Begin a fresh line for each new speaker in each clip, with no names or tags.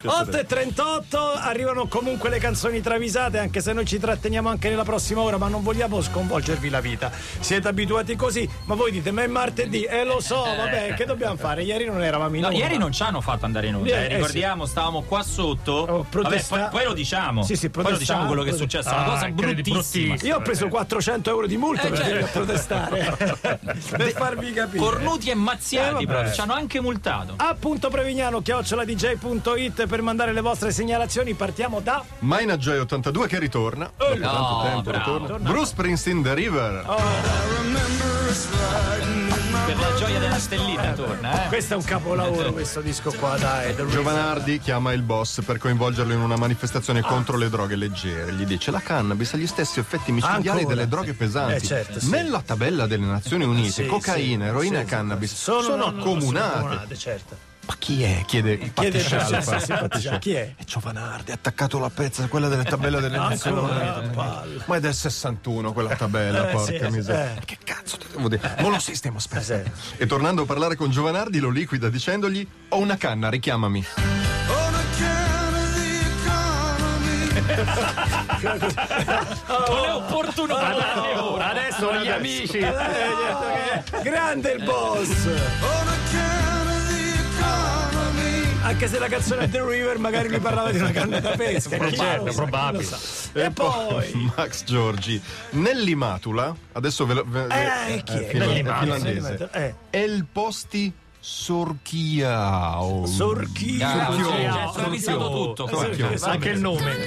8 e 38 arrivano comunque le canzoni travisate anche se noi ci tratteniamo anche nella prossima ora ma non vogliamo sconvolgervi la vita siete abituati così ma voi dite ma è martedì e lo so vabbè che dobbiamo fare ieri non eravamo in
Eh. No,
onda.
ieri non ci hanno fatto andare in onda,
Ieri,
eh,
eh,
ricordiamo, stavamo qua sotto.
Oh, protesta-
Vabbè, poi, poi lo diciamo.
Sì, sì,
poi lo
protesta-
diciamo quello che è
protesta-
successo, una
Ah,
cosa
incredibile,
bruttissima.
bruttissima.
io ho preso 400 euro di multa
Eh,
per venire a
certo.
protestare per farvi capire
Cornuti e mazziati
Eh, vabbè.
proprio, ci hanno anche multato.
appunto prevignano chioccioladj.it per mandare le vostre segnalazioni partiamo da
Mina Joy 82 che ritorna.
Oh,
Dopo
no,
tanto tempo
bravo.
ritorna. Bruce Springsteen The River.
Per la gioia della stellina torna, eh.
questo è un capolavoro questo disco qua dai The Reason.
Giovanardi chiama il boss per coinvolgerlo in una manifestazione contro le droghe leggere. Gli dice la cannabis ha gli stessi effetti micidiali
Ancora?
delle droghe pesanti.
Eh, certo, sì.
Nella tabella delle Nazioni Unite,
Sì,
cocaina,
sì,
eroina
sì,
e cannabis
sì.
sono,
non-
accomunate.
sono accomunate, certo.
Ma chi è? Chiede
Chiede
Patti Scialpa.
sì, sì, Patti Scialpa. Chi è?
È Giovanardi, ha attaccato la pezza, quella delle tabelle delle Nazioni
Ancora,
Unite.
palle.
Ma è del 61 quella tabella,
Eh,
porca
sì,
miseria.
eh.
Che cazzo ti devo dire? Non lo sistemo, aspetta.
Eh,
E tornando a parlare con Giovanardi, lo liquida dicendogli: Ho una canna, richiamami.
Con le
Ah,
opportunità date ora.
Adesso gli amici.
Eh, certo che- Grande il boss! Anche se la canzone è The River magari mi parlava di una canna da pesca. chi
Certo,
lo sa,
probabile.
chi lo sa. E poi...
Max Giorgi, Nelly Matula, adesso ve lo. ve-
Eh, chi è?
filo-
Nelly Matula.
finlandese.
Eh.
E il posti Sorchiao.
Sorchino.
Ah, sì,
Sorchio.
Ci ha travisato tutto.
Eh, sì,
proprio.
sì, sì.
Anche il nome.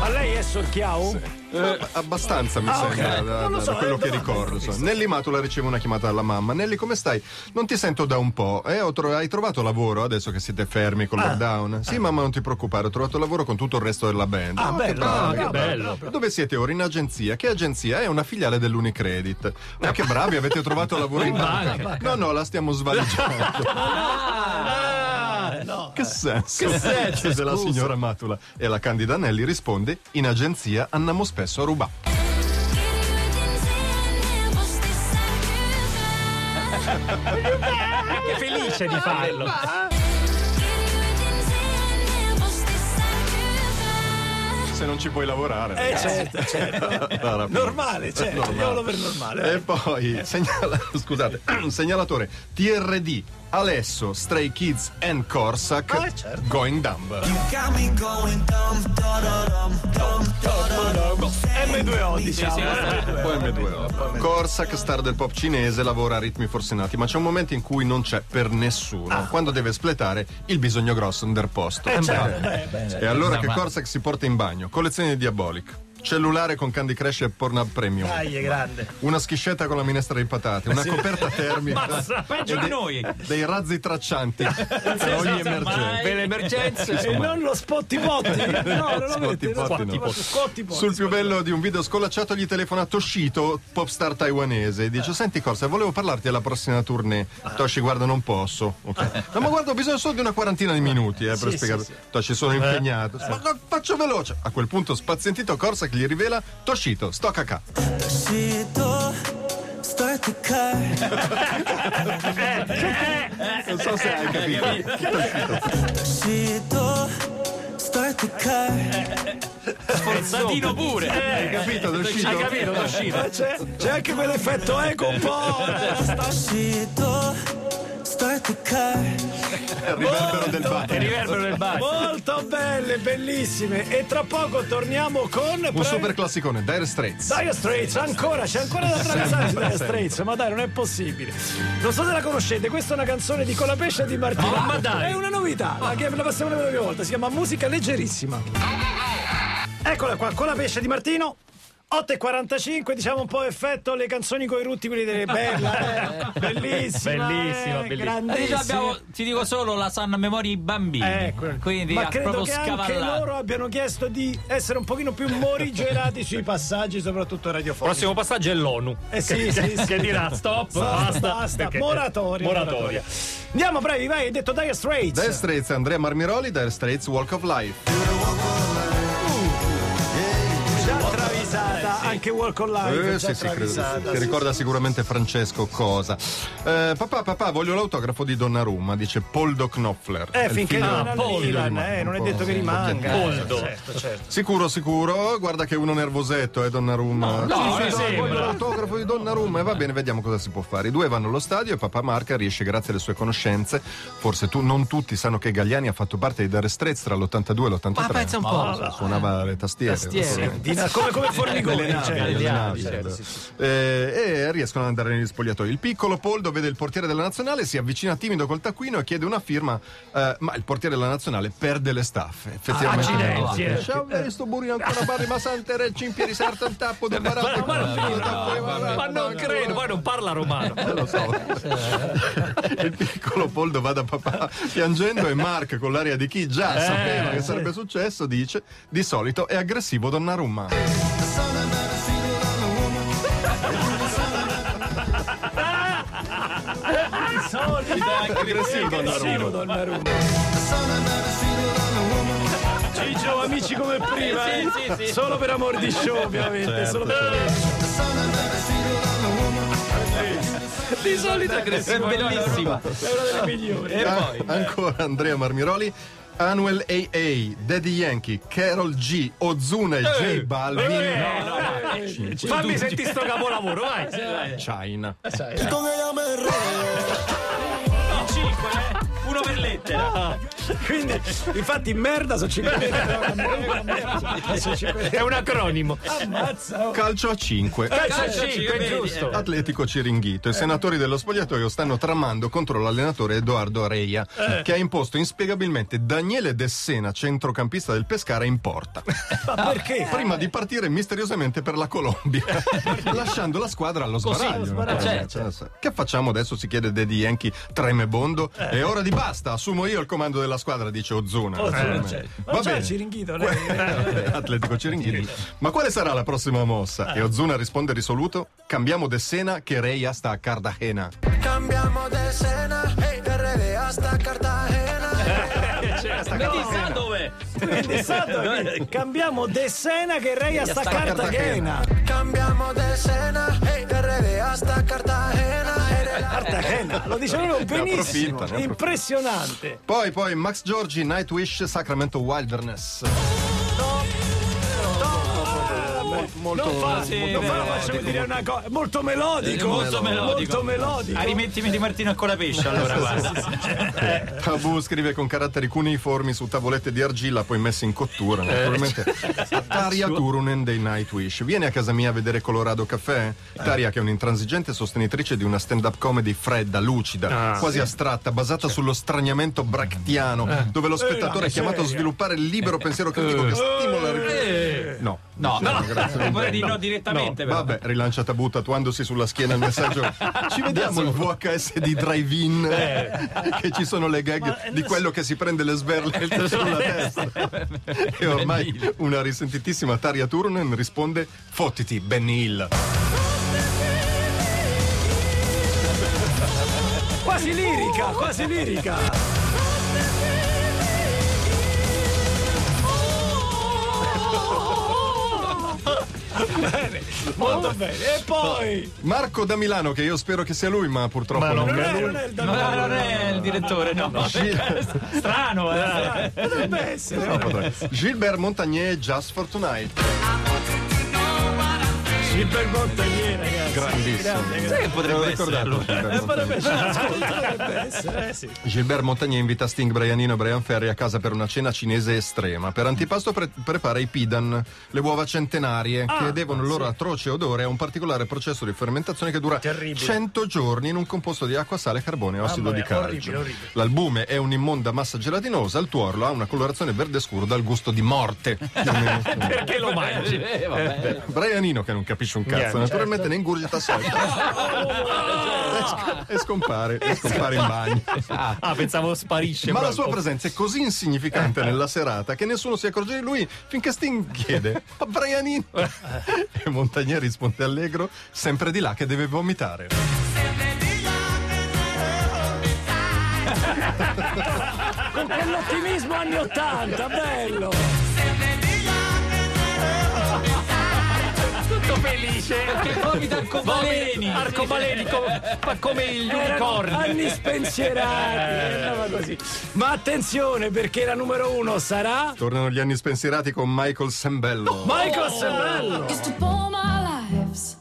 Ma lei è Sorchiao?
Eh, abbastanza mi
Ah, ok.
sembra da,
Non lo
da-
so,
da quello
eh,
che
domanda
ricordo. so.
giusta.
Nelly Matula riceve una chiamata dalla mamma. Nelly, come stai? Non ti sento da un po'. Eh, ho tro- hai trovato lavoro adesso che siete fermi col
Ah.
lockdown? Sì, mamma, non ti preoccupare, ho trovato lavoro con tutto il resto della band.
Ah, bello,
brava,
ah, che
bello.
Dove siete ora? In agenzia. Che agenzia? È una filiale dell'Unicredit. Ma che bravi, avete trovato lavoro in banca. No, no, la stiamo svaligiando.
No.
che senso? Che senso? Della signora Matula. E la Candida Nelly risponde: In agenzia andiamo spesso a rubare.
È felice di farlo.
Se non ci puoi lavorare.
Eh,
ragazzi.
certo, certo.
Allora,
Normale, Eh. certo.
Normale.
Diamolo per normale.
E poi, segnala- scusate, segnalatore TRD Alesso, Stray Kids and Corsac
Ah, certo.
Going Dumb.
M2O, diciamo. M2O.
Poi M2O. Corsac, star del pop cinese, lavora a ritmi forsenati, ma c'è un momento in cui non c'è per nessuno, quando deve espletare il bisogno grosso del posto.
Ah. Eh,
Eh,
certo,
beh.
eh, beh,
E allora che Corsac si porta in bagno, collezione di Diabolic, cellulare con Candy Crush e Pornhub Premium.
Dai, è grande.
Una schiscetta con la minestra di patate, una coperta termica,
Peggio di noi.
Eh,
dei razzi traccianti per
esatto.
ogni emergenza.
Per le emergenze.
E eh, non lo spotti potti. No, non lo metti.
Spotti potti no.
Spotti potti.
Sul più bello di un video scollacciato gli telefona Toshito, popstar taiwanese, e dice "Senti Corsa, volevo parlarti alla prossima tournée". Toshi guarda non posso. Ok. "No, ma guarda, ho bisogno solo di una quarantina di minuti, eh, per spiegare. Toshi sono impegnato. Ma no, faccio veloce. A quel punto spazientito Corsa che gli rivela Toshito, sto cacà. Non so se Eh, hai capito.
Forzatino pure.
Hai capito Toshito?
Hai capito, Toshino?
Eh, C'è, c'è anche quell'effetto eco un po'. eh.
Il riverbero del bar.
Riverbero del bar.
Molto belle, bellissime. E tra poco torniamo con.
Un super classicone, Dire Straits.
Dire Straits, ancora, c'è ancora da attraversare su Dire Straits, ma dai, non è possibile. Non so se la conoscete, questa è una canzone di Colapesce e di Martino.
Ma dai.
È una novità, ma che la passiamo per la prima volta, si chiama Musica Leggerissima. Eccola qua, Colapesce di Martino. 8.45, diciamo un po' effetto le canzoni coi rutti, quelli delle bella, eh, bellissima,
Bellissima,
eh,
bellissima.
Eh, già
grandissima.
abbiamo- ti dico solo la sanno a memoria i bambini.
Ecco.
Quindi
Ma
ha
credo
proprio
che anche
scavallato.
loro abbiano chiesto di essere un pochino più morigerati sui passaggi, soprattutto radiofonici.
Prossimo passaggio è l'ONU.
Eh sì, sì, sì.
Che dirà stop,
Basta,
basta.
basta,
perché-
moratoria,
Moratoria.
Andiamo, bravi, vai, hai detto Dire Straits.
Dire Straits, Andrea Marmiroli, Dire Straits, Walk of Life.
Già travisata anche Walk on Life.
Eh,
è già
sì, sì, credo, sì,
travisata,
sì. Che
sì,
ricorda sicuramente Francesco Cosa. Eh, papà, papà, voglio l'autografo di Donnarumma, dice Poldo Knopfler. È
Eh,
il
finché
figlio-
non è
Ah, Poldo
al Milan,
rimane
eh,
un
non è
po'
detto che rimanga.
Poldo.
Certo, certo.
Sicuro, sicuro. Guarda che uno nervosetto, eh, Donnarumma.
no, mi
eh,
sembra.
voglio l'autografo di Donnarumma. E va bene, vediamo cosa si può fare. I due vanno allo stadio e papà Marca riesce, grazie alle sue conoscenze, forse tu, non tutti sanno che Gagliani ha fatto parte di Dare Straits tra l'82 e l'83.
Ma Ah, pensa un po'.
Suonava le tastiere.
Tastiere.
certo. Di na- come, come
Nelle
Formigoni,
navi,
cioè.
nelle navi, certo. Eh, e riescono ad andare negli spogliatoi. Il piccolo Poldo vede il portiere della nazionale, si avvicina timido col taccuino e chiede una firma, eh, ma il portiere della nazionale perde le staffe. Effettivamente. Ah,
accidenti, eh.
Ciao, vedi sto burino ancora barri, ma sante recci in piedi sarto un tappo di barato.
Ma non credo, poi non parla romano.
Eh, lo so. il piccolo Poldo va da papà piangendo e Mark con l'aria di chi già sapeva che sarebbe successo dice di solito è aggressivo Donnarumma aggressivo
Aggressivo, Donnarumma. Ciccio, amici come prima, eh?
Sì, sì, sì.
solo per amor di show, ovviamente. solo per- Di solito
È
aggressivo.
bellissima.
È una delle migliori.
Ah, ancora Andrea Marmiroli Anuel AA, Daddy Yankee, Carol G, Ozuna e J Balvin.
Eh, no, eh, Fammi sentire sto capolavoro, vai.
China.
Cinque, eh? Uno per lettera.
Quindi, infatti, merda sono 5
È un acronimo.
Ammazza. oh.
Calcio a 5.
Calcio
Calcio,
cinque,
vedi,
giusto.
Atletico Ciringhito. I senatori dello spogliatoio stanno tramando contro l'allenatore Edoardo Areia, che ha imposto inspiegabilmente Daniele Dessena, centrocampista del Pescara, in porta.
Ma perché?
Prima di partire misteriosamente per la Colombia, lasciando la squadra allo sbaraglio.
sbaraglio.
Eh, cioè, Che facciamo adesso? Si chiede Daddy Yankee tremebondo. È ora di basta, assumo io il comando della squadra, dice Ozuna. Eh,
Ma
Va
già
bene.
Ciringhito, lei.
Eh, Atletico Ciringhini. Ma quale sarà la prossima mossa? E Ozuna risponde risoluto: cambiamo Dessena che Reia sta a Cartagena.
Cambiamos de escena, de RD hasta Cartagena.
Ma chissà dov'è?
Quindi, Santo, che cambiamo De Sena che Reia sta
sta
Cartagena.
Cambiamos de escena, de RD hasta Cartagena.
Cartagena, lo dicevano benissimo.
approfitta, ne
Impressionante.
Poi, poi Max Giorgi, Nightwish, Sacramento Wilderness.
Molto, non fa,
sì,
non fa,
beh,
facciamo dire una cosa. È molto melodico.
Molto melodico.
Molto melodico.
A rimettimi di Martino Colapesce, allora guarda.
Tabù scrive con caratteri cuneiformi su tavolette di argilla, poi messe in cottura. Naturalmente. Taria Turunen dei Nightwish. Vieni a casa mia a vedere Colorado Café. Taria, che è un'intransigente sostenitrice di una stand-up comedy fredda, lucida, quasi astratta, basata sullo straniamento bractiano, dove lo spettatore è chiamato a sviluppare il libero pensiero critico che stimola. No,
No, no,
grazie.
vorrei dire no Eh, direttamente però.
Vabbè, rilancia Tabù tatuandosi sulla schiena il messaggio. Ci vediamo il VHS di drive-in. che ci sono le gag di quello che si prende le sberle sulla testa. e ormai una risentitissima Taria Turunen risponde: Fottiti, Ben Hill.
Quasi lirica, quasi lirica. bene, molto bene. E poi
Marco da Milano, che io spero che sia lui, ma purtroppo
Ma non
non
non
è.
è, non è il
No,
Donnarumma.
non è il direttore, no. Strano, eh.
Potrebbe essere.
No, potrebbe. Gilbert Montagnier, Just for Tonight.
Gilbert Montagnier, ragazzi.
Grandissimo.
Grande, grande.
Sai che
L'ho
potrebbe essere
ricordato.
allora?
Gilbert
Eh,
Montagnier.
potrebbe essere, potrebbe essere, eh sì.
Gilbert Montagnier invita Sting, Brianino e Brian Ferry a casa per una cena cinese estrema. Per antipasto pre- prepara i pidan, le uova centenarie,
Ah,
che devono il loro atroce odore a un particolare processo di fermentazione che dura 100 giorni in un composto di acqua, sale, carbone e ossido di calcio. L'albume è un'immonda massa gelatinosa, il tuorlo ha una colorazione verde scuro dal gusto di morte.
Perché lo mangi?
Eh, Brianino, che non capisce un cazzo, naturalmente ne ingurgita sempre.
Certo.
E sc- e scompare, e scompare in bagno.
Ah, pensavo sparisce.
Ma la sua
proprio.
presenza è così
Eh.
insignificante nella serata che nessuno si accorge di lui finché Sting chiede Ma Brianino!
Eh.
e Montagnier risponde allegro, sempre di là che deve vomitare.
Quell'ottimismo anni 80, bello.
pezzo felice.
Che comi da
Baleni,
arcobaleni.
arcobaleni come, ma come gli
Erano
unicorni.
anni spensierati, andava così. Ma attenzione perché la numero uno sarà
Tornano gli anni spensierati con Michael Sembello.
Michael
Oh.
Sembello.
Used to pull my lives.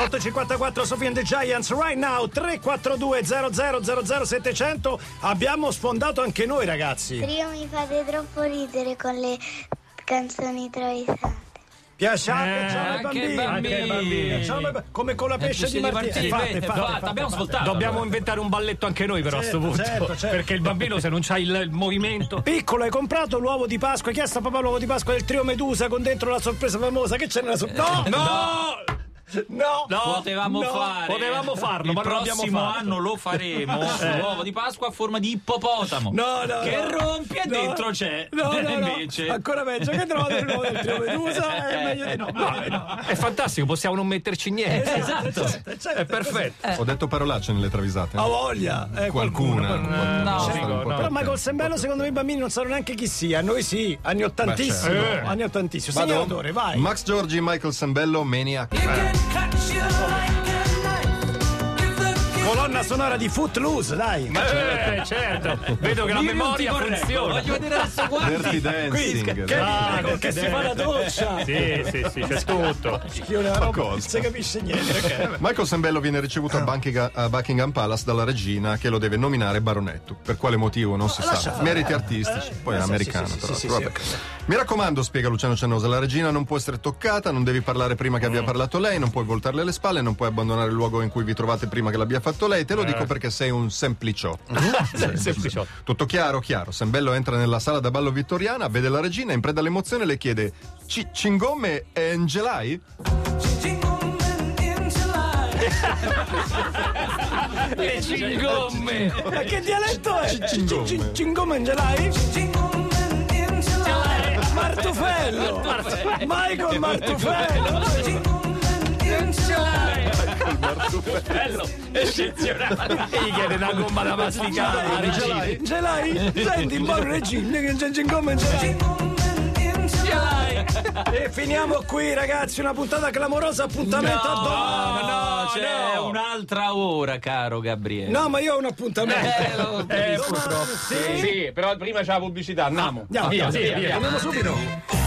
854 Sophie and the Giants right now 342 00 700 abbiamo sfondato anche noi ragazzi
Trio mi fate troppo ridere con le canzoni travisate.
piacciate
Eh,
ciao ai
anche
bambini,
bambini.
Anche ai bambini. Ciao ai bab- come con la pesce di
Pesce di
Martini
Martini.
Fate,
Fate,
fate,
fate,
fate,
abbiamo
fate.
svoltato.
Dobbiamo inventare un balletto anche noi, però,
Certo,
a sto punto.
certo, certo.
Perché il bambino, se non c'ha il movimento.
Piccolo, hai comprato l'uovo di Pasqua? Hai chiesto a papà l'uovo di Pasqua del trio Medusa con dentro la sorpresa famosa? Che c'è nella sorpresa? No!
No!
No!
No!
Potevamo
No,
fare.
potevamo farlo,
Il
ma non l'abbiamo
prossimo
fatto.
anno lo faremo. L'uovo di Pasqua a forma di ippopotamo.
No, no,
Che
no.
rompi e
No.
dentro c'è.
No, no, no.
Invece.
Ancora peggio che trovo del nuovo del trio Medusa, è meglio di no.
No, è fantastico, possiamo non metterci niente.
Esatto, Eh,
È perfetto.
Ho detto parolacce nelle travisate.
Ha voglia, eh, qualcuno.
qualcuna. qualcuna.
No.
Ci stanno un po'
Però
per
Michael
tempo.
Sembello, secondo me, i bambini non sanno neanche chi sia. Noi sì, anni ottantissimo.
Beh,
Eh, Anni ottantissimo.
Vado.
Segnalatore, vai.
Max Giorgi, Michael Sembello, Maniac.
Colonna sonora di Footloose, dai.
Ma certo, certo. Vedo che la
Io non ti
memoria
correggo,
funziona.
Voglio vedere adesso guardi.
Dirty
Qui, che
Dancing.
che- che si fa la doccia.
Sì, sì, sì, c'è tutto.
Io una roba, non
cosa?
si capisce niente.
Michael Sembello viene ricevuto
Eh.
a Bunkinga- a Buckingham Palace dalla regina che lo deve nominare baronetto. Per quale motivo non si sa.
lascia-
Meriti artistici.
eh,
Poi
eh,
è
sì,
americano.
sì, sì,
tra
sì,
l'altro,
sì,
vabbè. Mi raccomando, spiega Luciano Cianosa, la regina non può essere toccata, non devi parlare prima che
Mm.
abbia parlato lei, non puoi voltarle le spalle, non puoi abbandonare il luogo in cui vi trovate prima che l'abbia fatto lei.
Eh.
Te lo dico perché sei un sempliciotto. Sì, sì,
sempliciotto.
sì. Tutto chiaro, chiaro. Sembello entra nella sala da ballo vittoriana, vede la regina, in preda all'emozione le chiede "Ci- Cingomme e Angelai?
Le cingomme.
Ma che dialetto è?
Cingome.
Ci- ci- Cingome Angelai? Martufello. Michael Martufello.
E gli chiede una gomma da masticare. la regina.
Angelai? Senti, buono regine che c'è Cingome Angelai. E finiamo qui, ragazzi. Una puntata clamorosa. Appuntamento a domani.
No, no, c'è
no.
un'altra ora, caro Gabriele.
No, ma io ho un appuntamento.
Eh, lo-
Domani, sì.
Sì, però prima c'è la pubblicità, andiamo.
Andiamo, andiamo,
Via, via, via.
andiamo subito.